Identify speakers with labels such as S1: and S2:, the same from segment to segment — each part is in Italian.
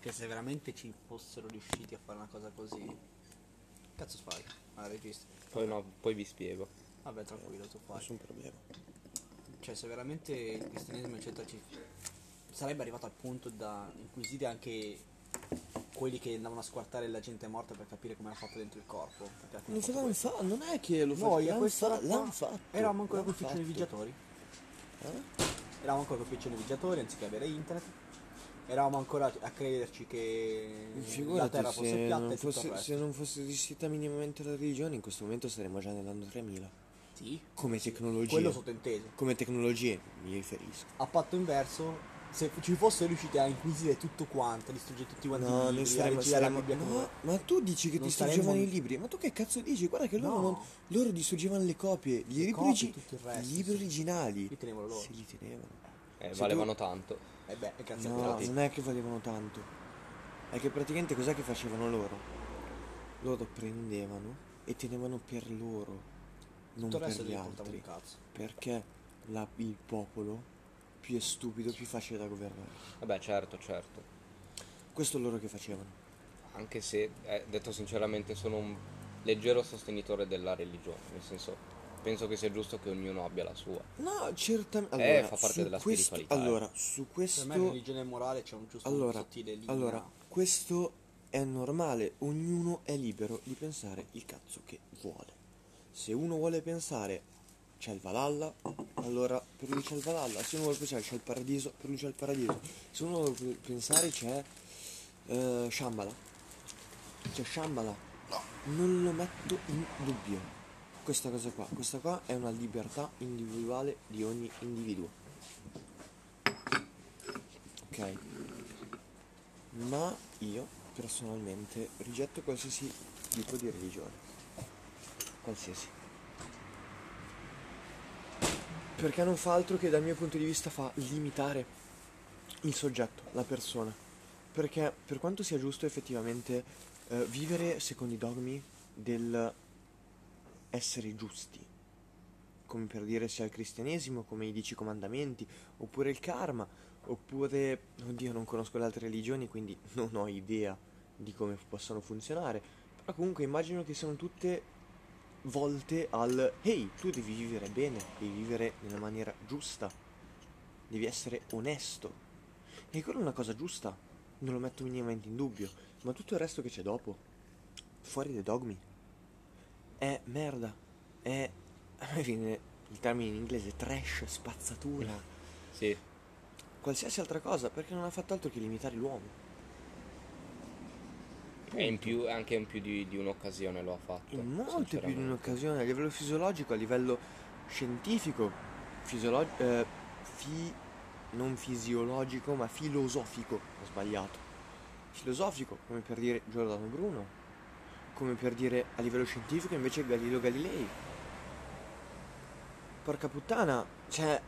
S1: Perché se veramente ci fossero riusciti a fare una cosa così. Cazzo fai? Ah, registri.
S2: Poi no, poi vi spiego.
S1: Vabbè, tranquillo, tu fai.
S3: Nessun problema.
S1: Cioè, se veramente il cristianesimo eccetera ci sarebbe arrivato al punto da inquisire anche quelli che andavano a squartare la gente morta per capire come era fatto dentro il corpo. Perché alla fine
S3: Non,
S1: è
S3: so
S1: fatto
S3: l'hanno
S1: questo.
S3: fa- non è che lo fa-
S1: Noi a
S3: l'hanno,
S1: questa
S3: fa-
S1: qua
S3: l'hanno fatto.
S1: Eravamo ancora con
S3: l'hanno
S1: Ficcione
S3: fatto.
S1: Viaggiatori.
S3: Eh?
S1: Eravamo ancora con Ficcione Viaggiatori anziché avere internet. Eravamo ancora a crederci che la
S3: Figurati,
S1: terra fosse
S3: se,
S1: piatta
S3: non
S1: e tutto il
S3: fosse,
S1: resto.
S3: se non fosse esistita minimamente la religione, in questo momento saremmo già nell'anno 3000.
S1: Sì,
S3: Come tecnologie.
S1: quello sottinteso.
S3: Come tecnologie, mi riferisco.
S1: A patto inverso, se ci fosse riusciti a inquisire tutto quanto, a distruggere tutti quanti
S3: No,
S1: i
S3: noi
S1: libri, a
S3: saremmo,
S1: recitare la
S3: saremmo-
S1: Bibbia come-
S3: no, ma tu dici che
S1: Non
S3: distruggevano
S1: saremmo-
S3: i libri? Ma tu che cazzo dici? Guarda che loro,
S1: No.
S3: non, loro distruggevano le copie, gli
S1: Le
S3: libri,
S1: copie,
S3: origi-
S1: tutto il resto,
S3: gli libri
S1: sì.
S3: originali.
S1: Li tenevano loro.
S3: Se li tenevano.
S2: Eh,
S3: Se
S2: valevano tanto.
S1: E Eh beh, e grazie a
S3: No,
S1: Dio.
S3: non è che valevano tanto. È che praticamente cos'è che facevano loro? Loro prendevano e tenevano per loro, non
S1: Tutto il
S3: per
S1: resto
S3: gli
S1: devi portare un
S3: altri.
S1: cazzo.
S3: Perché la- il popolo più è stupido, più facile da governare.
S2: Vabbè, certo, certo.
S3: Questo è loro che facevano.
S2: Anche se, eh, detto sinceramente, sono un leggero sostenitore della religione. Nel senso, penso che sia giusto che ognuno abbia la sua.
S3: No, certamente.
S2: Eh,
S3: Allora,
S2: fa parte
S3: su
S2: della
S3: questo-
S2: spiritualità, eh.
S3: Allora, su
S1: Per
S3: questo.
S1: me religione e morale c'è un giusto
S3: Allora,
S1: sottile linea.
S3: allora, questo è normale, ognuno è libero di pensare il cazzo che vuole. Se uno vuole pensare c'è il Valhalla, allora per lui c'è il Valhalla, se uno vuole pensare c'è il paradiso, per lui c'è il paradiso. Se uno vuole pe- pensare c'è eh, Shambhala. C'è Shambhala. Non lo metto in dubbio. Questa cosa qua, questa qua è una libertà individuale di ogni individuo. Ok ma io personalmente rigetto qualsiasi tipo di religione. Qualsiasi. Perché non fa altro che dal mio punto di vista fa limitare il soggetto, la persona. Perché per quanto sia giusto effettivamente eh, vivere secondo i dogmi del essere giusti, come per dire sia il cristianesimo, come i dieci comandamenti, oppure il karma, oppure, oddio, non conosco le altre religioni, quindi non ho idea di come possano funzionare, però comunque immagino che siano tutte volte al, ehi, tu devi vivere bene, devi vivere nella maniera giusta, devi essere onesto. E quella è una cosa giusta, non lo metto minimamente in dubbio, ma tutto il resto che c'è dopo, fuori dai dogmi, è merda, è, a me viene il termine in inglese, trash, spazzatura
S2: Sì,
S3: qualsiasi altra cosa perché non ha fatto altro che limitare l'uomo.
S2: e in più, anche in più di, di un'occasione lo ha fatto.
S3: In molte più di
S2: sinceramente.
S3: un'occasione, a livello fisiologico, a livello scientifico, fisiolo- eh, fi- non fisiologico ma filosofico, ho sbagliato. Filosofico, come per dire Giordano Bruno, come per dire a livello scientifico invece Galileo Galilei. Porca puttana, cioè...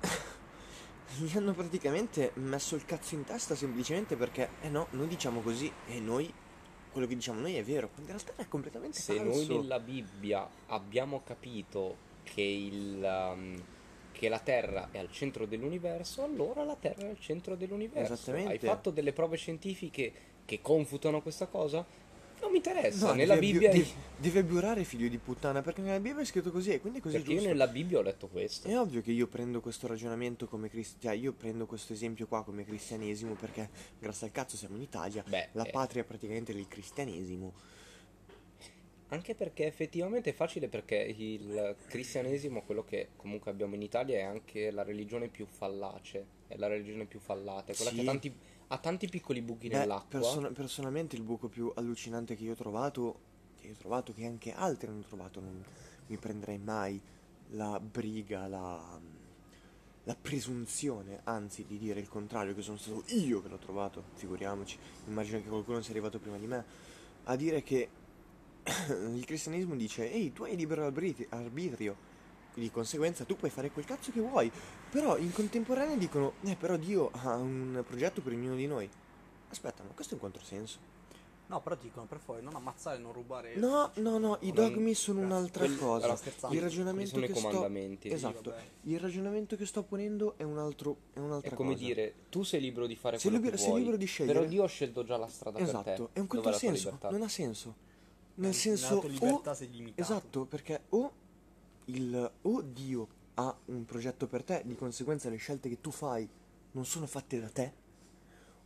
S3: Gli hanno praticamente messo il cazzo in testa semplicemente perché, eh no, noi diciamo così e noi, quello che diciamo noi è vero, quando in realtà è completamente
S2: Se noi
S3: falso.
S2: nella Bibbia abbiamo capito che, il, um, che la Terra è al centro dell'universo, allora la Terra è al centro dell'universo.
S3: Esattamente.
S2: Hai fatto delle prove scientifiche che confutano questa cosa? Non mi interessa.
S3: No,
S2: nella
S3: devi abbi-
S2: Bibbia,
S3: devi, devi abbiurare figlio di puttana perché nella Bibbia è scritto così e quindi è così
S2: perché io
S3: giusto.
S2: nella Bibbia ho letto questo.
S3: È ovvio che io prendo questo ragionamento come cristiano, io prendo questo esempio qua come cristianesimo perché grazie al cazzo siamo in Italia,
S2: Beh,
S3: la
S2: eh.
S3: patria praticamente del cristianesimo.
S2: Anche perché effettivamente è facile perché il cristianesimo, quello che comunque abbiamo in Italia, è anche la religione più fallace, è la religione più fallata, è quella
S3: Sì.
S2: che ha tanti, ha tanti piccoli buchi
S3: Beh,
S2: nell'acqua.
S3: persona- personalmente il buco più allucinante che io ho trovato, che io ho trovato, che anche altri hanno trovato, non mi prenderei mai la briga, la, la presunzione, anzi, di dire il contrario, che sono stato io che l'ho trovato, figuriamoci, immagino che qualcuno sia arrivato prima di me, a dire che il cristianesimo dice, ehi, tu hai libero arbitri- arbitrio, di conseguenza tu puoi fare quel cazzo che vuoi, però in contemporanea dicono, eh, però Dio ha un progetto per ognuno di noi. Aspetta, ma questo è un controsenso.
S1: No, però dicono per fuori non ammazzare, non
S2: Eh,
S1: rubare.
S3: No, no, no, i
S2: Non-
S3: dogmi sono
S1: Grazie.
S3: un'altra
S1: Quelli-
S3: cosa.
S1: allora, scherzando.
S3: Il
S1: Quelli
S3: ragionamento
S2: sono i
S3: che sto-
S2: comandamenti. Sì,
S3: Esatto.
S1: vabbè.
S3: Il ragionamento che sto ponendo è un altro è un'altra
S2: È come
S3: cosa.
S2: dire, tu sei libero di fare
S3: Sei
S2: quello
S3: libero-
S2: che
S3: sei
S2: vuoi,
S3: libero di scegliere.
S2: però io ho scelto già la strada per te.
S3: Esatto, è
S2: Dov'è la
S3: un
S2: tua
S3: controsenso,
S2: libertà?
S3: non ha senso.
S1: Nella
S3: Nel senso
S1: tua libertà
S3: o-
S1: sei limitato.
S3: Esatto, perché o il o Dio ha un progetto per te, di conseguenza le scelte che tu fai non sono fatte da te,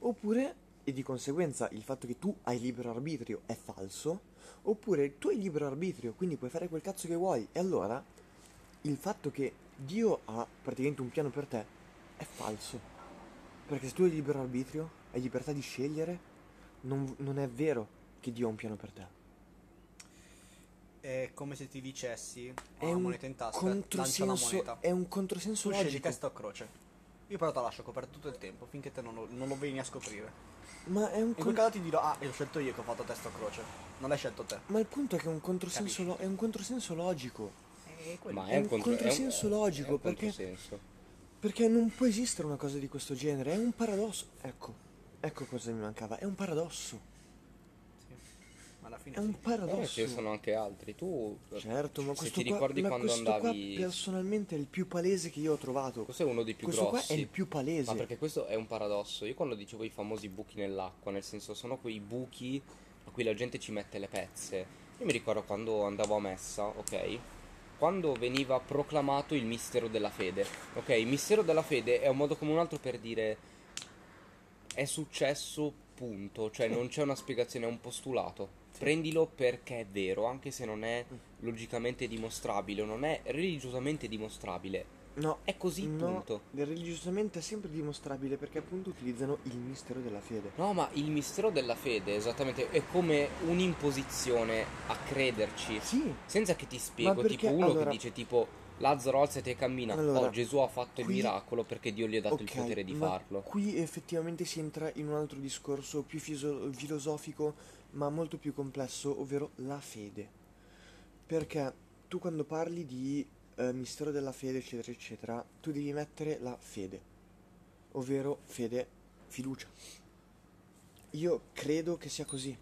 S3: oppure e di conseguenza il fatto che tu hai libero arbitrio è falso, oppure tu hai libero arbitrio, quindi puoi fare quel cazzo che vuoi. E allora il fatto che Dio ha praticamente un piano per te è falso. Perché se tu hai libero arbitrio, hai libertà di scegliere, non, non è vero che Dio ha un piano per te.
S1: È come se ti dicessi:
S3: È
S1: ho una
S3: un
S1: moneta in tasca, lancia la
S3: controsenso,
S1: moneta.
S3: è un controsenso
S1: Tu scegli
S3: logico.
S1: testa o croce. Io però te la lascio coperta tutto il tempo finché te non lo, non lo vieni a scoprire.
S3: Ma è un
S1: In quel
S3: con-
S1: caso ti dirò: Ah, l'ho scelto io che ho fatto testa o croce. Non l'hai scelto te.
S3: ma il punto è che è un controsenso, lo- è un controsenso logico.
S1: Eh,
S2: Ma
S3: è un controsenso logico,
S2: è un
S3: perché-
S2: controsenso.
S3: Perché non può esistere una cosa di questo genere, è un paradosso. Ecco, ecco cosa mi mancava, è un paradosso.
S1: Sì. Ma alla fine
S3: È un
S1: Eh sì.
S2: Però ce ne
S3: paradosso.
S2: Eh, sono anche altri. Tu
S3: Certo, ma
S2: se
S3: questo
S2: ti
S3: qua,
S2: ricordi
S3: ma
S2: quando
S3: questo qua
S2: andavi
S3: personalmente è il più palese che io ho trovato.
S2: Esatto, Questo è uno dei più
S3: Questo qua
S2: grossi.
S3: è il più palese.
S2: Ma perché questo è un paradosso. Io quando dicevo i famosi buchi nell'acqua, nel senso sono quei buchi a cui la gente ci mette le pezze. Io mi ricordo quando andavo a messa, ok? Quando veniva proclamato il mistero della fede. Ok, il mistero della fede è un modo come un altro per dire è successo, punto. Cioè non c'è una spiegazione, è un postulato. Prendilo perché è vero, anche se non è
S3: Mm.
S2: logicamente dimostrabile, o non è religiosamente dimostrabile.
S3: No,
S2: È così,
S3: no,
S2: punto.
S3: Religiosamente è sempre dimostrabile perché appunto utilizzano il mistero della fede.
S2: No, ma il mistero della fede, esattamente, è come un'imposizione a crederci.
S3: Sì,
S2: Senza che ti spiego,
S3: perché,
S2: tipo uno
S3: allora-
S2: che dice tipo Lazzaro alzati e cammina.
S3: Allora,
S2: oh, Gesù ha fatto il
S3: qui-
S2: miracolo perché Dio gli ha dato
S3: Ok,
S2: il potere di
S3: ma
S2: farlo.
S3: Qui effettivamente si entra in un altro discorso più fiso- filosofico, ma molto più complesso, ovvero la fede. Perché tu quando parli di eh, mistero della fede, eccetera, eccetera, tu devi mettere la fede, ovvero fede, fiducia. Io credo che sia così.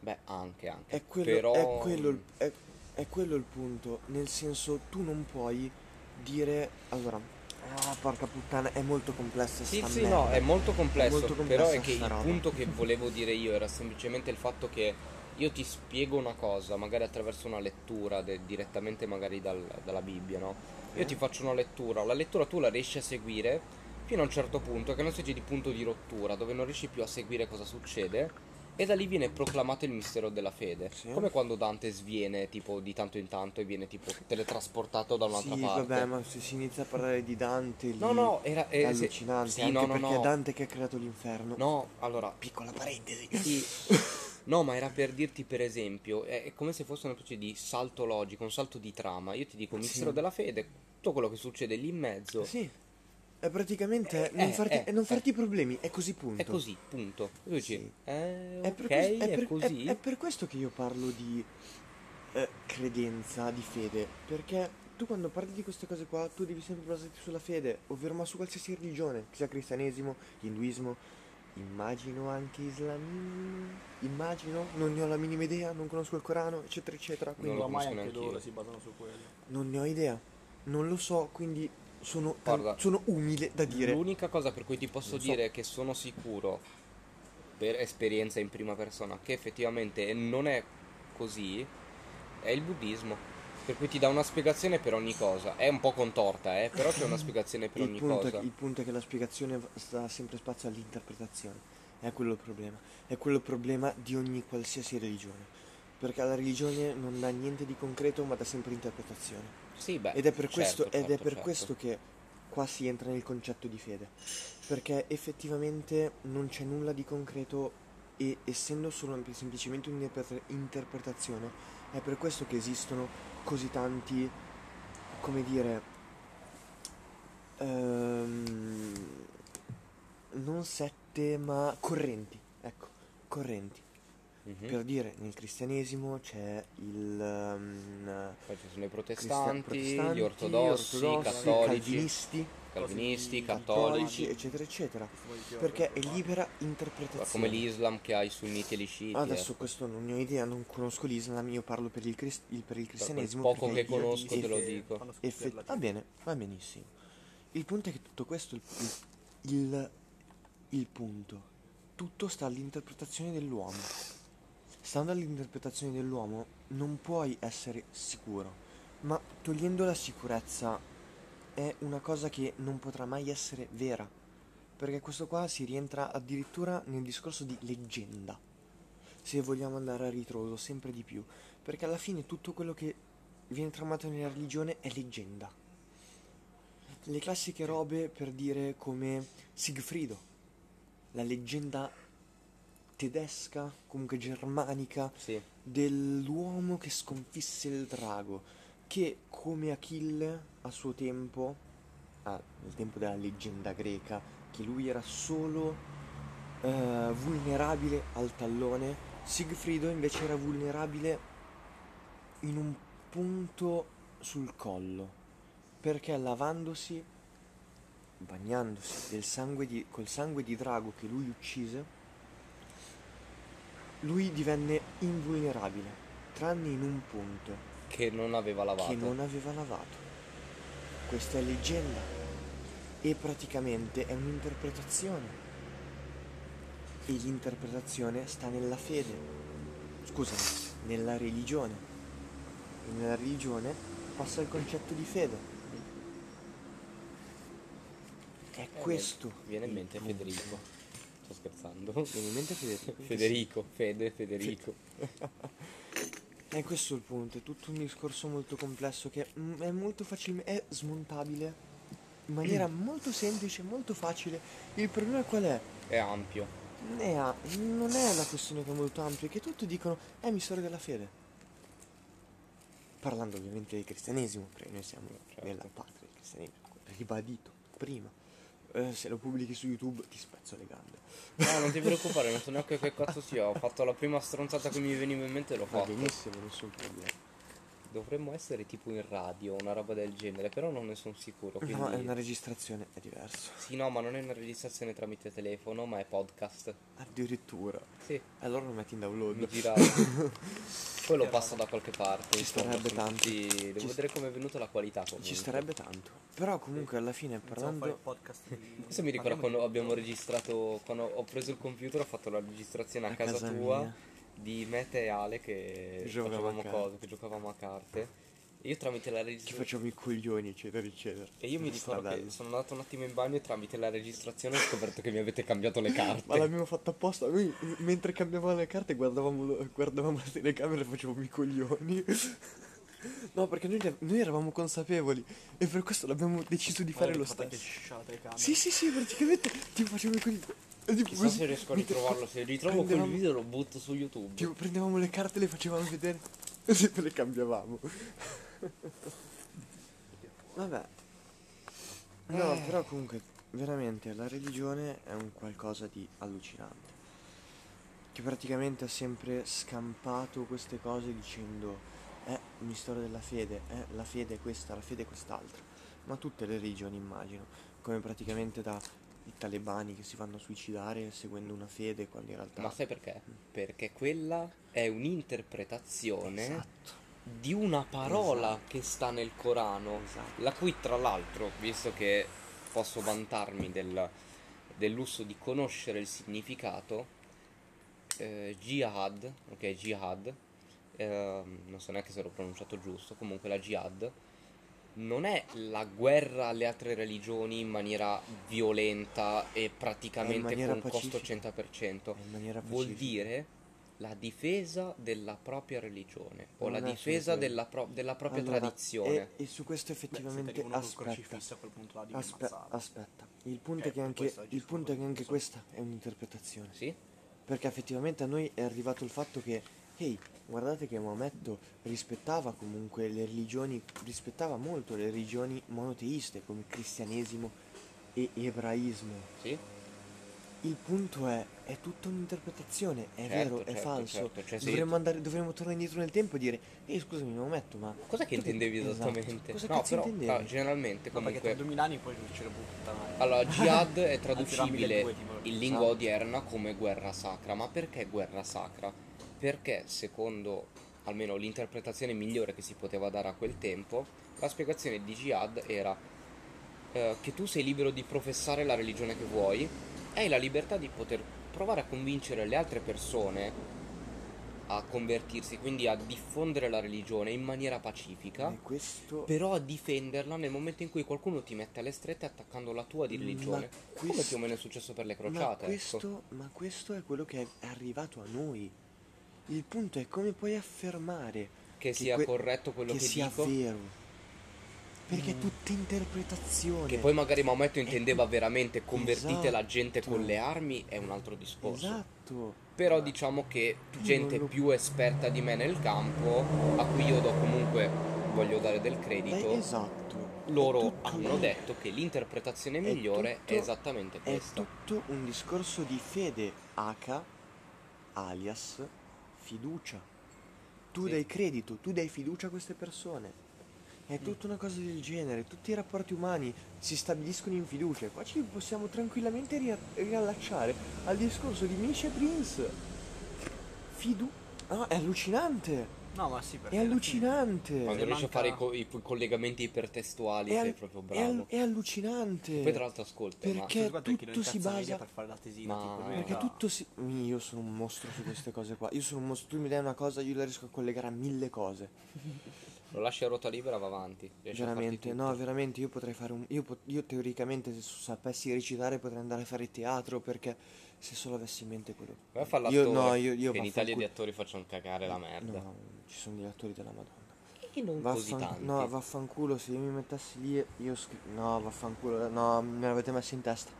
S2: Beh, anche, anche.
S3: È quello,
S2: Però...
S3: è, quello il, è- è quello il punto, nel senso tu non puoi dire... Allora, ah, porca puttana, è molto complessa
S2: Sì,
S3: sta
S2: sì,
S3: merda.
S2: no, è molto complesso,
S3: molto
S2: però
S3: complessa
S2: è che
S3: sta
S2: il
S3: roba.
S2: punto che volevo dire io era semplicemente il fatto che io ti spiego una cosa, magari attraverso una lettura, de- direttamente magari dal- dalla Bibbia, no? Io
S3: Eh.
S2: ti faccio una lettura, la lettura tu la riesci a seguire fino a un certo punto, che è una specie di punto di rottura, dove non riesci più a seguire cosa succede, e da lì viene proclamato il mistero della fede.
S3: Sì.
S2: Come quando Dante sviene, tipo, di tanto in tanto e viene, tipo, teletrasportato da un'altra
S3: sì,
S2: parte.
S3: vabbè, ma se si inizia a parlare di Dante lì
S2: No, no, era... eh,
S3: è
S2: se-
S3: allucinante,
S2: sì,
S3: anche
S2: no, no,
S3: perché
S2: no.
S3: è Dante che ha creato l'inferno.
S2: No, allora,
S3: Piccola parentesi.
S2: Sì. No, ma era per dirti, per esempio, è, è come se fosse una specie di salto logico, un salto di trama. Io ti dico, mistero
S3: Sì.
S2: della fede, tutto quello che succede lì in mezzo
S3: Sì. È praticamente
S2: Eh,
S3: non
S2: eh,
S3: farti,
S2: eh,
S3: è non
S2: eh.
S3: farti problemi, è così punto.
S2: è così, punto. E tu dici,
S3: Sì.
S2: eh,
S3: È
S2: ok,
S3: per, questo, è,
S2: è
S3: per,
S2: così.
S3: è- è per questo che io parlo di eh, credenza, di fede, perché tu quando parli di queste cose qua tu devi sempre basarti sulla fede, ovvero ma su qualsiasi religione, che sia cristianesimo, induismo, immagino anche islamismo, immagino, non ne ho la minima idea, non conosco il Corano, eccetera, eccetera, quindi
S2: lo
S1: ormai
S2: conosco
S1: anche
S2: neanch'io.
S1: loro si basano su quello.
S3: non ne ho idea, non lo so, quindi sono,
S2: Guarda,
S3: sono umile da dire.
S2: L'unica cosa per cui ti posso
S3: Non so.
S2: dire che sono sicuro, per esperienza in prima persona, che effettivamente non è così, è il buddismo. Per cui ti dà una spiegazione per ogni cosa. È un po' contorta, eh, però c'è una spiegazione per
S3: Il
S2: ogni
S3: punto, è
S2: cosa.
S3: che, il punto è che la spiegazione sta sempre spazio all'interpretazione. È quello il problema. È quello il problema di ogni qualsiasi religione. Perché la religione non dà niente di concreto, ma dà sempre interpretazione.
S2: Sì, beh,
S3: Ed è per,
S2: certo,
S3: questo, ed
S2: certo,
S3: è per
S2: certo.
S3: questo che qua si entra nel concetto di fede. Perché effettivamente non c'è nulla di concreto e essendo solo semplicemente un'interpretazione, è per questo che esistono così tanti, come dire, ehm, non sette ma correnti, ecco, correnti.
S2: Mhm.
S3: Per dire, nel cristianesimo c'è il... ehm,
S2: Poi ci sono i
S3: cristiani-
S2: protestanti,
S3: protestanti,
S2: gli ortodossi, i
S3: ortodossi,
S2: cattolici.
S3: calvinisti,
S2: calvinisti,
S3: cattolici,
S2: cattolici,
S3: eccetera, eccetera. Perché è libera interpretazione.
S2: come l'Islam che ha i sunniti e gli sciiti.
S3: Adesso
S2: ecco.
S3: questo non ne ho idea, non conosco l'Islam, io parlo per il, crist- il- per il cristianesimo.
S2: Cioè, poco
S3: perché
S2: che
S3: io-
S2: conosco te lo
S3: eff-
S2: dico.
S3: effe- va bene, va benissimo. Il punto è che tutto questo, il, il, il punto, tutto sta all'interpretazione dell'uomo. Stando all'interpretazione dell'uomo non puoi essere sicuro, ma togliendo la sicurezza è una cosa che non potrà mai essere vera, perché questo qua si rientra addirittura nel discorso di leggenda se vogliamo andare a ritroso sempre di più, perché alla fine tutto quello che viene tramato nella religione è leggenda. Le classiche robe per dire come Sigfrido, la leggenda tedesca, comunque germanica,
S2: Sì.
S3: dell'uomo che sconfisse il drago, che come Achille a suo tempo, al tempo della leggenda greca, che lui era solo eh, vulnerabile al tallone, Sigfrido invece era vulnerabile in un punto sul collo, perché lavandosi, bagnandosi del sangue di- col sangue di drago che lui uccise, lui divenne invulnerabile, tranne in un punto
S2: Che non aveva lavato. Eh,
S3: che non aveva lavato. Questa è leggenda e praticamente è un'interpretazione. E l'interpretazione sta nella fede, scusami, nella religione. E nella religione passa il concetto di fede. È
S2: Eh,
S3: questo.
S2: Viene in
S3: il
S2: mente
S3: punto.
S2: Federico. Sto scherzando.
S3: Viene in mente Federico.
S2: Federico, Fede, Federico.
S3: E questo è il punto, è tutto un discorso molto complesso che mm, è molto facilmente, è smontabile in maniera
S2: Mm.
S3: molto semplice, molto facile. Il problema qual è?
S2: È ampio.
S3: Non è, a- non è una questione che è molto ampia, è che tutti dicono, eh mi sorge della fede. Parlando ovviamente del cristianesimo, perché noi siamo
S2: Certo.
S3: nella patria del cristianesimo, ribadito prima. Eh, se lo pubblichi su YouTube ti spezzo le gambe.
S2: No, non ti preoccupare, non so neanche che cazzo sia. Ho fatto la prima stronzata che mi veniva in mente e l'ho
S3: Va
S2: fatto.
S3: benissimo, nessun problema.
S2: Dovremmo essere tipo in radio, una roba del genere, però non ne sono sicuro. Quindi...
S3: No, è una registrazione, è diverso.
S2: Sì, no, ma non è una registrazione tramite telefono, ma è podcast.
S3: Addirittura.
S2: Sì,
S3: Allora lo metti in download.
S2: mi giravo. Poi lo passo da qualche parte.
S3: Ci
S2: insomma,
S3: starebbe
S2: sono
S3: tanto.
S2: tutti-
S3: Ci
S2: Devo
S3: sta-
S2: vedere come è venuta la qualità. comunque.
S3: Ci starebbe tanto. Però comunque alla fine parlando...
S2: Questo mi ricorda quando abbiamo registrato, quando ho preso il computer, ho fatto la registrazione a,
S3: A
S2: casa,
S3: casa
S2: tua
S3: mia.
S2: di Mete e Ale che
S3: Giocavamo
S2: facevamo
S3: a carte.
S2: cose, che giocavamo a carte. E io tramite la
S3: Ci
S2: registrazione.
S3: facciamo i coglioni, eccetera, eccetera.
S2: E io mi ricordo che
S3: Stradello.
S2: sono andato un attimo in bagno e tramite la registrazione ho scoperto che mi avete cambiato le carte.
S3: Ma l'abbiamo fatto apposta. Noi m- mentre cambiavamo le carte guardavamo, lo- guardavamo la telecamera e facevamo i coglioni. No, perché noi, ne- noi eravamo consapevoli e per questo l'abbiamo deciso di fare lo stesso. Sì, sì, sì, praticamente ti facevo i coglioni. E tipo
S2: Chissà
S3: così,
S2: se riesco a
S3: mentre-
S2: ritrovarlo, se ritrovo quel
S3: prendevamo-
S2: video lo butto su YouTube.
S3: Tipo, prendevamo le carte, le facevamo vedere e sempre le cambiavamo. Vabbè. No,
S2: Eh.
S3: però comunque, veramente, la religione è un qualcosa di allucinante. Che praticamente ha sempre scampato queste cose dicendo, eh, mi storia della fede, eh, la fede è questa, la fede è quest'altra. Ma tutte le religioni immagino, come praticamente da i talebani che si vanno a suicidare seguendo una fede quando in realtà...
S2: Ma sai perché? Perché quella è un'interpretazione
S3: Esatto.
S2: di una parola
S3: Esatto.
S2: che sta nel Corano,
S3: Esatto.
S2: la cui tra l'altro, visto che posso vantarmi del, del lusso di conoscere il significato, eh, jihad, ok, jihad, ehm, non so neanche se l'ho pronunciato giusto, comunque la jihad non è la guerra alle altre religioni in maniera violenta e praticamente
S3: maniera
S2: con costo
S3: pacifica.
S2: 100%,
S3: In maniera
S2: vuol
S3: pacifica.
S2: dire la difesa della propria religione o
S3: Non
S2: la
S3: è solo
S2: difesa
S3: quello.
S2: della, pro- della propria
S3: Allora,
S2: tradizione.
S3: E, e su questo effettivamente aspetta,
S1: a quel punto là di
S3: aspetta, aspetta. Il punto
S1: Eh,
S3: è che
S1: per
S3: anche,
S1: questo oggi
S3: il
S1: sono
S3: punto è che
S1: così,
S3: anche
S1: insomma.
S3: questa è un'interpretazione.
S2: Sì?
S3: Perché effettivamente a noi è arrivato il fatto che, ehi, guardate che Maometto rispettava comunque le religioni, rispettava molto le religioni monoteiste come cristianesimo e ebraismo.
S2: Sì?
S3: Il punto è, è tutta un'interpretazione, è
S2: Certo,
S3: vero, è
S2: certo,
S3: falso.
S2: certo. Cioè, se
S3: dovremmo, andare, dovremmo tornare indietro nel tempo e dire, ehi scusami, mi metto, ma...
S2: Cos'è che
S3: tu
S2: intendevi
S3: esatto,
S2: esattamente?
S3: Cosa
S2: no,
S3: cazzo
S2: però ah,
S3: intendevi?
S2: no, generalmente
S1: No, perché
S2: comunque
S1: tra 2000 anni poi ce lo buttano.
S2: Allora, jihad è
S1: Anzi, no,
S2: traducibile
S1: 1200,
S2: in
S1: tipo.
S2: lingua
S3: Ah.
S2: odierna come guerra sacra, ma perché guerra sacra? Perché secondo almeno l'interpretazione migliore che si poteva dare a quel tempo, la spiegazione di jihad era eh, che tu sei libero di professare la religione che vuoi, hai la libertà di poter provare a convincere le altre persone a convertirsi, quindi a diffondere la religione in maniera pacifica.
S3: E questo...
S2: Però a difenderla nel momento in cui qualcuno ti mette alle strette attaccando la tua di
S3: Ma
S2: religione. Come
S3: questo-
S2: più o meno è successo per le
S3: Ma
S2: crociate.
S3: questo,
S2: ecco.
S3: ma questo è quello che è arrivato a noi. Il punto è come puoi affermare
S2: Che sia
S3: que-
S2: corretto quello che
S3: sia
S2: dico? Mm.
S3: vero. Perché è tutta interpretazione.
S2: Che poi magari Maometto intendeva veramente convertite la gente
S3: Esatto.
S2: con le armi è un altro discorso.
S3: Esatto.
S2: Però diciamo che
S3: Tu
S2: gente
S3: non lo-
S2: più esperta di me nel campo, a cui io do comunque, voglio dare del credito,
S3: Eh, esatto. È
S2: loro
S3: tutto
S2: hanno
S3: lì.
S2: detto che l'interpretazione
S3: È
S2: migliore è,
S3: tutto-
S2: esattamente
S3: È
S2: questa.
S3: tutto un discorso di fede, H, alias, fiducia. Tu
S2: Sì.
S3: dai credito, tu dai fiducia a queste persone.
S2: Mm.
S3: È tutta una cosa del genere, tutti i rapporti umani si stabiliscono in fiducia. Qua ci possiamo tranquillamente ria- riallacciare al discorso di Misha e Prince. Fidu... No, è allucinante!
S1: No, ma sì, perché
S3: È
S1: alla
S3: allucinante!
S2: Quando
S1: Se
S2: riesci a
S1: manca-
S2: fare i, co- i collegamenti ipertestuali
S3: È,
S2: sei
S3: al-
S2: proprio
S3: è al-
S2: bravo.
S3: è allucinante!
S2: Poi tra l'altro ascolta, ma
S1: fine-
S3: Perché
S1: Guarda che non
S3: tutto si
S1: incazza media
S3: basa-
S1: per fare la tesina,
S2: Ma-
S1: tipo, lui
S2: Eh,
S3: Perché
S1: era-
S3: tutto si. Mi- Io sono un mostro su queste cose qua. Io sono un mostro. Tu mi dai una cosa, io la riesco a collegare a mille cose.
S2: lo lasci a ruota libera, va avanti. Riesci a farti
S3: veramente,
S2: tutto.
S3: no, veramente. Io potrei fare un. Io, pot- io teoricamente, se sapessi recitare, potrei andare a fare teatro. Perché se solo avessi in mente quello.
S2: Vai a fare l'attore.
S3: Io, no, io, io
S2: che in
S3: vaffanculo. Eh,
S2: Italia gli attori facciano cagare la merda.
S3: No, ci sono degli attori della Madonna.
S2: E non così
S3: Vaffan-
S2: tanti.
S3: no, vaffanculo. Se io mi mettessi lì, io scrivo. No, vaffanculo. No, me l'avete messo in testa.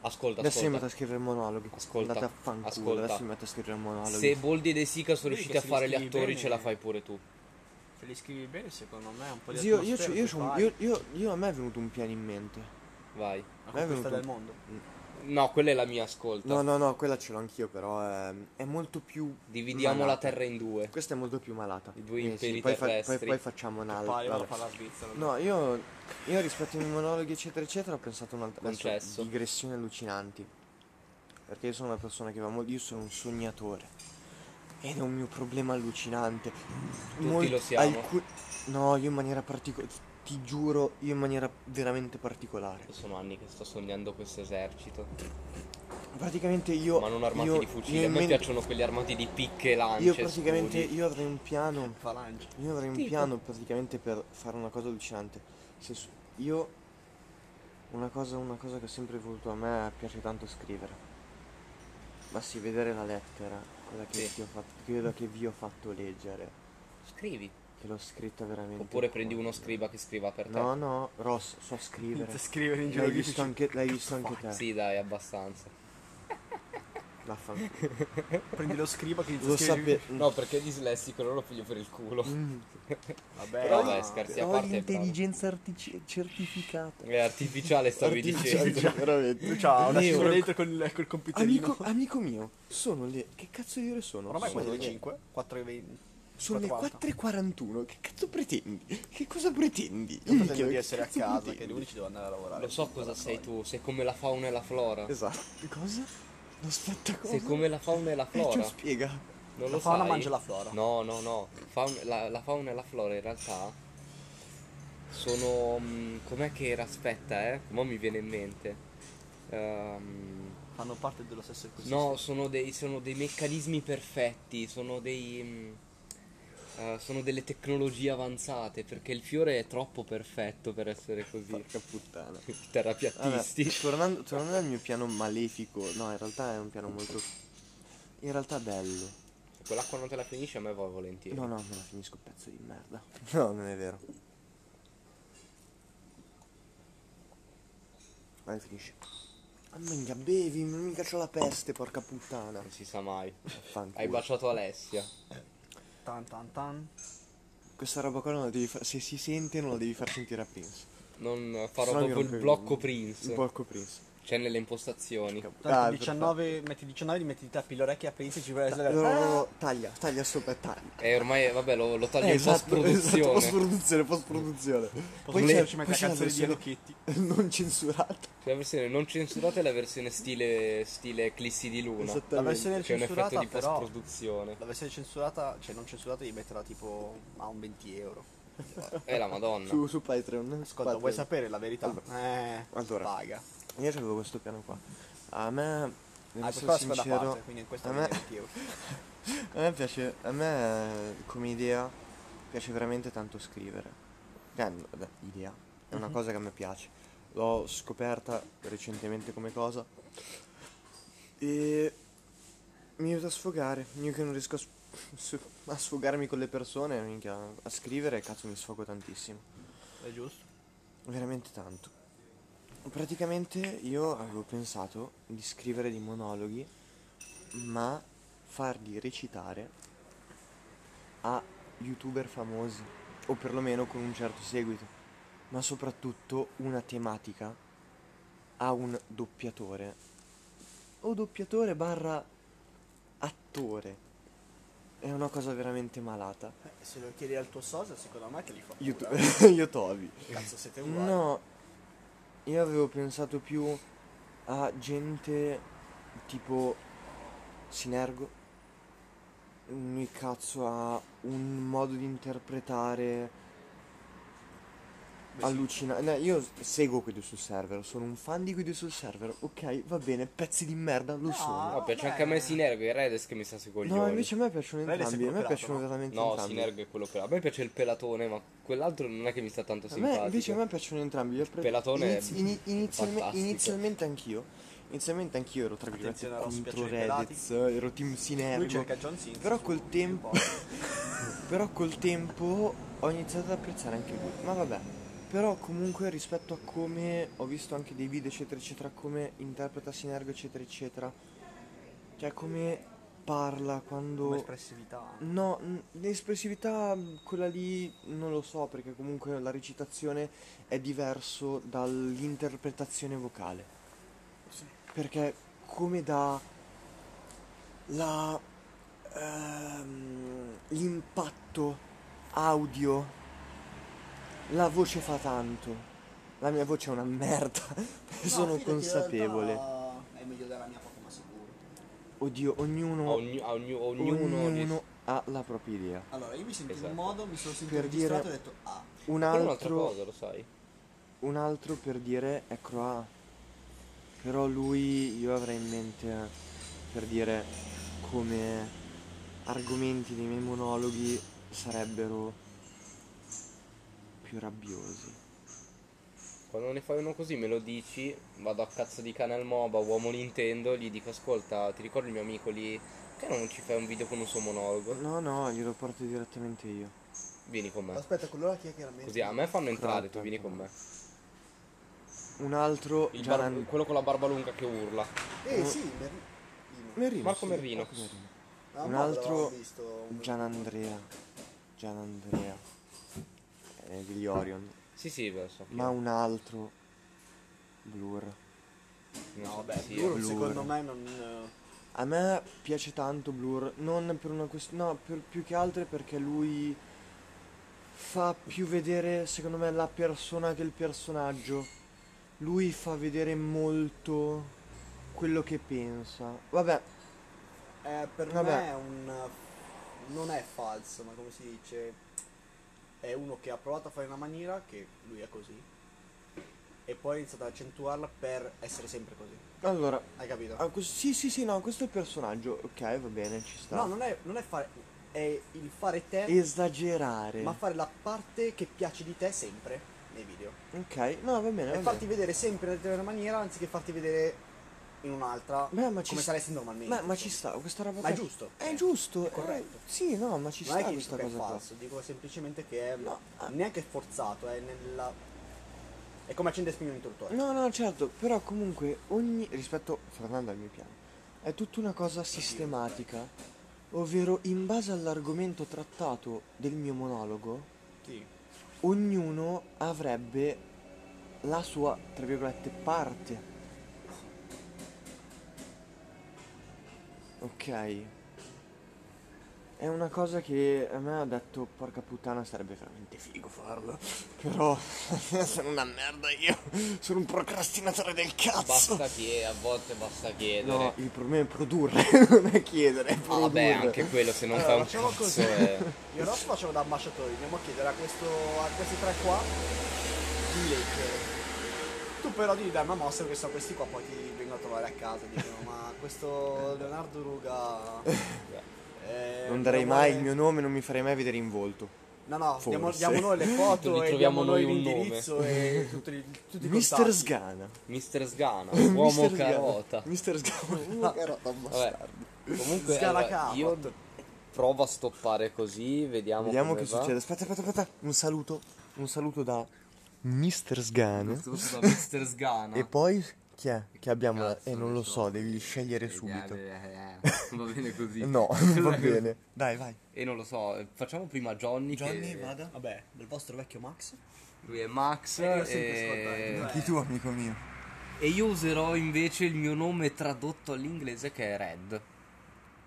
S2: ascolta,
S3: Adesso io mi
S2: ascolta.
S3: metto a scrivere monologhi.
S2: Ascolta,
S3: Andate a fanculo.
S2: ascolta.
S3: Adesso mi metto a scrivere monologhi.
S2: Se Boldi e De Sica sono
S1: Lui
S2: riusciti
S1: che
S2: a
S1: se
S2: fare
S1: li
S2: gli
S1: scrivi
S2: attori,
S1: bene-
S2: ce la fai pure tu.
S1: Se li scrivi bene, secondo me è un po' di
S3: Zio, io, c'ho-
S1: atmosfera
S3: io,
S1: che
S3: c'ho un-
S1: fai.
S3: io, io, io a me è venuto un piano in mente.
S2: Vai.
S1: La
S3: Ma è
S1: conquista
S3: venuto-
S1: del mondo.
S2: No, quella è la mia ascolta.
S3: No, no, no, quella ce l'ho anch'io, però ehm, è, molto più.
S2: Dividiamo la
S3: malata.
S2: terra in due.
S3: Questa è molto più malata.
S2: I due
S3: Eh sì,
S2: imperi
S3: poi, fa-
S2: terrestri.
S3: poi, poi facciamo una.
S1: Pare una
S3: vabbè.
S1: palla svizzera.
S3: No, io, io rispetto ai miei monologhi, eccetera, eccetera, ho pensato un'altra adesso,
S2: Concesso.
S3: digressioni allucinanti. Perché io sono una persona che va molto. Io sono un sognatore. Ed è un mio problema allucinante.
S2: Tutti lo siamo.
S3: alcu- no, io in maniera particolare. Ti giuro, io in maniera veramente particolare.
S2: Sono anni che sto sognando questo esercito.
S3: Praticamente io.
S2: ma non armati
S3: io-
S2: di fucile.
S3: io
S2: A
S3: in
S2: me
S3: men-
S2: piacciono quelli armati di picche e lance.
S3: Io praticamente
S2: scudi.
S3: io avrei un piano.
S1: Falange.
S3: Io avrei un
S2: Tipo?
S3: piano praticamente per fare una cosa allucinante. Se su- io una cosa, una cosa che ho sempre voluto a me piace tanto scrivere. Basti vedere la lettera, quella che
S2: Sì.
S3: ti ho fatto, quella che vi ho fatto leggere.
S2: Scrivi.
S3: Che l'ho scritta veramente.
S2: Oppure prendi
S3: con-
S2: uno scriba che scriva per te.
S3: No, no, Ross, so scrivere.
S1: Inizia a scrivere in
S3: L'hai
S1: geroglifici.
S3: visto anche, l'hai visto anche te.
S2: Sì, dai, abbastanza.
S3: Vaffanculo.
S1: Prendi lo scriba che inizia
S3: Lo
S1: a scrivere.
S3: sapevo.
S2: No, perché è dislessico, allora lo piglio per il culo.
S3: Mm.
S1: Vabbè,
S2: Però
S1: no.
S2: vabbè, scherzi a
S3: Ho
S2: parte. è bravo.
S3: l'intelligenza artici- certificata.
S2: È artificiale, stavi
S3: Artificiale,
S2: dicendo.
S3: veramente.
S1: Tu c'ha una
S3: Io-
S1: cifra dentro con il, col computerino.
S3: Amico, amico mio, sono le. Che cazzo di ore sono?
S1: Oramai
S3: sono
S1: quasi le
S3: le
S1: 5. 4 e 20.
S3: Sono le 4.41. Che cazzo pretendi? Che cosa pretendi?
S1: Io
S3: Minchia,
S1: pretendo di
S3: che
S1: essere a
S3: cazzo
S1: casa,
S3: pretendi?
S1: che le 11 devo andare a lavorare.
S2: Lo so cosa sei tu, sei come la fauna e la flora.
S3: Esatto. Cosa? Lo spettacolo.
S2: Sei come la fauna e la
S3: Eh, cioè,
S2: flora.
S3: spiega.
S2: Non
S1: La
S2: lo
S1: fauna
S2: sai?
S1: mangia la flora.
S2: No, no, no. Faun- la, la fauna e la flora in realtà sono... mm, com'è che era? Aspetta, eh. Mo' mi viene in mente. Ehm,
S1: Fanno parte dello stesso ecosistema.
S2: no, sono dei, sono dei meccanismi perfetti, sono dei... mm, eh, sono delle tecnologie avanzate perché il fiore è troppo perfetto per essere così.
S3: Porca puttana.
S2: I
S3: Vabbè,
S2: terrapiattisti.
S3: tornando, tornando al mio piano malefico. No, in realtà è un piano molto. In realtà bello.
S2: Quell'acqua non te la finisce, a me va volentieri.
S3: No, no, me la finisco pezzo di merda. No, non è vero. Vai, finisci. Ah, minchia, bevi, non mica c'ho la peste, porca puttana.
S2: Non si sa mai.
S3: Vaffanculo.
S2: Hai baciato Alessia.
S1: Tan tan tan.
S3: Ah, Questa roba qua non la devi far... Se si sente non la devi far sentire a Prince.
S2: Non farò
S3: Sennò mi
S2: proprio il
S3: rompe
S2: blocco
S3: Il
S2: Prince.
S3: blocco Prince.
S2: C'è nelle impostazioni.
S1: Tanto
S3: Ah,
S1: 19, metti 19, li metti di tappi l'orecchia, aprirsi, ci vuole
S3: Ta-
S1: la-
S3: Eh, no, no, no,
S1: Ah!
S3: no, taglia, taglia sopra, taglia.
S2: E ormai, vabbè, lo, lo taglio
S3: Eh,
S2: in post-produzione.
S3: post produzione, post produzione.
S1: Poi c'è, ci mette la canzone di Hello Kitty.
S3: non censurata.
S2: Cioè, La versione non censurata è la versione stile, stile Eclissi di Luna.
S3: Esattamente.
S1: La versione
S2: C'è un effetto
S1: Esatto. censurata
S2: di
S1: però...
S2: post-produzione.
S1: La versione censurata, cioè non censurata, devi metterla tipo a un 20 euro.
S2: È la madonna.
S3: Su, su Patreon.
S1: Ascolta,
S3: Patreon.
S1: vuoi sapere la verità? Eh,
S3: allora.
S1: paga.
S3: Io avevo questo piano qua. A me, devo
S1: Ah,
S3: essere
S1: quella è la seconda
S3: sincero,
S1: parte, quindi questa
S3: a
S1: è
S3: me-
S1: 20 euro.
S3: a me piace, a me eh, come idea piace veramente tanto scrivere. Cioè, n- beh, idea, è
S1: Mhm.
S3: una cosa che a me piace. L'ho scoperta recentemente come cosa. E mi aiuta a sfogare. Io che non riesco a, s- s- a sfogarmi con le persone, minchia, a scrivere, cazzo, mi sfogo tantissimo.
S1: È giusto?
S3: Veramente tanto. Praticamente io avevo pensato di scrivere dei monologhi, ma farli recitare a youtuber famosi, o perlomeno con un certo seguito, ma soprattutto una tematica a un doppiatore, o doppiatore barra attore. È una cosa veramente malata.
S1: Eh, se lo chiedi al tuo socio, secondo me te li fa. pure. eh.
S3: YouTube, Yotobi.
S1: Cazzo, siete uguali.
S3: No, io avevo pensato più a gente tipo Sinergo. Mi cazzo ha un modo di interpretare
S1: Beh, sì.
S3: allucinante. io seguo quelli sul server, sono un fan di quelli sul server. Ok, va bene, pezzi di merda, lo
S1: No.
S3: sono.
S2: No, piace anche a me
S1: Vabbè.
S2: Sinergo e Redes che mi sta sui coglioni.
S3: No, invece a me piacciono
S1: Lei le
S3: entrambi,
S1: sembra
S3: a me
S1: operato,
S3: piacciono
S1: no?
S3: veramente
S2: No,
S3: entrambi.
S2: Sinergo è quello per... A me piace il pelatone, ma quell'altro non è che mi sta tanto
S3: A me,
S2: simpatico.
S3: invece a me piacciono entrambi. Io pre-
S2: Pelatone è
S3: ini- inizialme-
S2: fantastico.
S3: inizialmente anch'io. Inizialmente anch'io ero tra virgolette
S1: Attenzione, Ross,
S3: contro
S1: piace ai pelati.
S3: Reddit, ero team
S1: Lui
S3: Sinergo.
S1: cerca John Cena.
S3: Però
S1: su-
S3: col
S1: su
S3: tempo-
S1: Pornhub.
S3: Però col tempo ho iniziato ad apprezzare anche lui. Ma vabbè. Però comunque rispetto a come ho visto anche dei video eccetera eccetera, come interpreta Sinergo eccetera eccetera. Cioè come parla quando...
S1: Come espressività.
S3: No, mh, l'espressività mh, quella lì non lo so perché comunque la recitazione è diverso dall'interpretazione vocale. Perché come da la ehm, l'impatto audio la voce fa tanto. La mia voce è una merda, ne sono consapevole.
S1: È meglio della mia poco ma sicuro.
S3: Oddio, ognuno,
S2: A ogni- a ogni- ognuno...
S3: ognuno ha la propria idea.
S1: Allora, io mi sentivo
S2: Esatto.
S1: in un modo, mi sono sentito
S3: Per
S1: registrato
S3: dire-
S1: e ho detto ah.
S3: Un
S2: Però un'altra
S3: altro
S2: cosa, lo sai.
S3: Un altro per dire è Croa. Però lui io avrei in mente eh, per dire come argomenti dei miei monologhi sarebbero più rabbiosi.
S2: Quando ne fai uno così me lo dici, vado a cazzo di cane al MOBA, uomo Nintendo, gli dico ascolta, ti ricordi il mio amico lì? Perché non ci fai un video con un suo monologo?
S3: No, no, glielo porto direttamente io.
S2: Vieni con me.
S1: Aspetta, quello là chi è che era meglio?
S2: Così ah, a me fanno entrare,
S3: Pronto.
S2: tu vieni con me.
S3: Un altro
S2: Il bar-
S3: Gianan-
S2: quello con la barba lunga che urla.
S1: Eh
S3: Mm.
S1: sì, Mer-
S3: Merino,
S2: Marco
S3: sì,
S2: Merino.
S3: Marco
S1: Ah,
S3: Un
S1: ma
S3: altro
S1: l'avevo visto un-
S3: Gianandrea. Gianandrea. Eh, degli Orion.
S2: Sì, sì, beh, so.
S3: Ma un altro Blur.
S2: Non so
S1: No, beh,
S2: chi sia.
S1: Blur,
S3: Blur.
S1: secondo me non...
S3: A me piace tanto Blur, non per una questione, no, per- più che altro è perché lui fa più vedere, secondo me, la persona che il personaggio. Lui fa vedere molto quello che pensa. Vabbè,
S1: eh, per
S3: Vabbè.
S1: me è un... non è falso, ma come si dice? È uno che ha provato a fare in una maniera, che lui è così, e poi ha iniziato ad accentuarla per essere sempre così.
S3: allora,
S1: Hai capito?
S3: ah, que- sì, sì, sì, no, questo è il personaggio. Ok, va bene, ci sta.
S1: No, non è, non è fare... è il fare te,
S3: Esagerare.
S1: ma fare la parte che piace di te sempre nei video.
S3: Eh, ok, no, va bene,
S1: E
S3: va
S1: farti
S3: bene.
S1: vedere sempre in una maniera anziché farti vedere in un'altra
S3: Beh, ma ci
S1: come
S3: sta-
S1: saresti normalmente.
S3: Ma, ma ci
S1: insomma.
S3: sta, questa roba
S1: cioè. Ma è
S3: qua-
S1: giusto.
S3: È giusto,
S1: È corretto.
S3: eh, sì, no, ma ci
S1: Non è
S3: sta
S1: che dico
S3: questa
S1: che è
S3: cosa qua.
S1: falso, dico semplicemente che è
S3: No, ah.
S1: neanche forzato, è nella. È come accendere spigno un interruttore.
S3: No, no, certo, però comunque ogni rispetto tornando al mio piano, è tutta una cosa sistematica, ovvero in base all'argomento trattato del mio monologo,
S1: Sì.
S3: ognuno avrebbe la sua tra virgolette parte Ok. È una cosa che a me ha detto, porca puttana, sarebbe veramente figo farlo. Però sono una merda io. Sono un procrastinatore del cazzo.
S2: Basta che a volte basta chiedere.
S3: No, il problema è produrre, non è chiedere, è Eh,
S2: Ah, vabbè,
S3: produrre.
S2: anche quello se non
S1: Allora,
S2: fa un
S1: facciamo
S2: cazzo
S1: così.
S2: è...
S1: Io adesso facciamo da ambasciatori, andiamo a chiedere a, questo, a questi tre qua di leggere. Tu però devi dare una mossa perché so questi qua poi ti vengono a trovare a casa e dicono ma questo Leonardo Ruga... eh,
S3: Non darei
S1: vuole-
S3: mai il mio nome, non mi farei mai vedere in volto.
S1: No, no,
S3: Forse.
S1: diamo, diamo noi le foto
S2: Quindi
S1: e diamo
S2: troviamo
S1: noi
S2: noi un
S1: l'indirizzo e tutti, i- tutti i
S3: Mister
S1: contatti.
S3: Sgana.
S2: Mister Sgana,
S3: Mister
S2: uomo
S3: Sgana.
S2: carota.
S3: Mister Sgana.
S1: No, carota,
S2: Vabbè. Comunque
S1: Sgana
S2: allora,
S1: cavolo.
S2: io provo a stoppare così, vediamo
S3: Vediamo
S2: come
S3: che
S2: va.
S3: succede. Aspetta, aspetta, aspetta. Un saluto. Un saluto da Mister Sgana.
S2: Questo da Mister Sgana.
S3: E poi chi è che abbiamo?
S2: Cazzo,
S3: eh, non
S2: ne
S3: lo
S2: so.
S3: so, devi scegliere subito.
S2: eh, Va bene così.
S3: No, va bene. Dai, vai.
S2: E non lo so, eh, facciamo prima Johnny. che...
S4: Vabbè, del vostro vecchio Max.
S2: Lui è Max.
S1: Eh, io sempre
S2: e...
S1: scordato.
S3: Anche tu, amico mio.
S2: e io userò invece il mio nome tradotto all'inglese che è Red.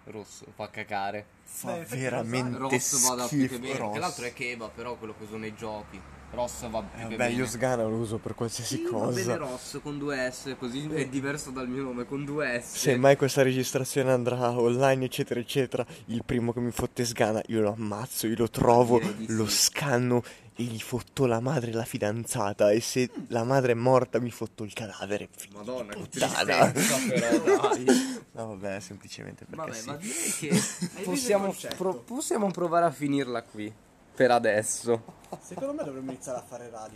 S2: Rosso, fa cacare.
S3: Fa
S1: Beh,
S3: veramente
S2: Ross vada più che bene.
S3: schifo.
S2: Che l'altro è Keba, però quello che uso nei giochi. Ross va più che
S3: Eh, Beh,
S2: bene.
S3: io Sgana lo uso per qualsiasi
S2: sì, va bene
S3: cosa.
S2: Ross con due S, così è diverso dal mio nome con due S.
S3: Se mai questa registrazione andrà online, eccetera, eccetera, il primo che mi fotte sgana, io lo ammazzo, io lo trovo,
S2: Direi di sì.
S3: lo scanno e gli fotto la madre e la fidanzata. E se la madre è morta, mi fotto il cadavere. Figli di
S2: Madonna, che
S3: puttana.
S2: tristezza però, dai.
S3: No, vabbè, semplicemente perché
S2: Vabbè,
S3: sì.
S2: ma direi che
S1: il
S2: possiamo,
S1: concetto?
S2: pro- possiamo provare a finirla qui. Per adesso.
S1: Secondo me dovremmo iniziare a fare radio.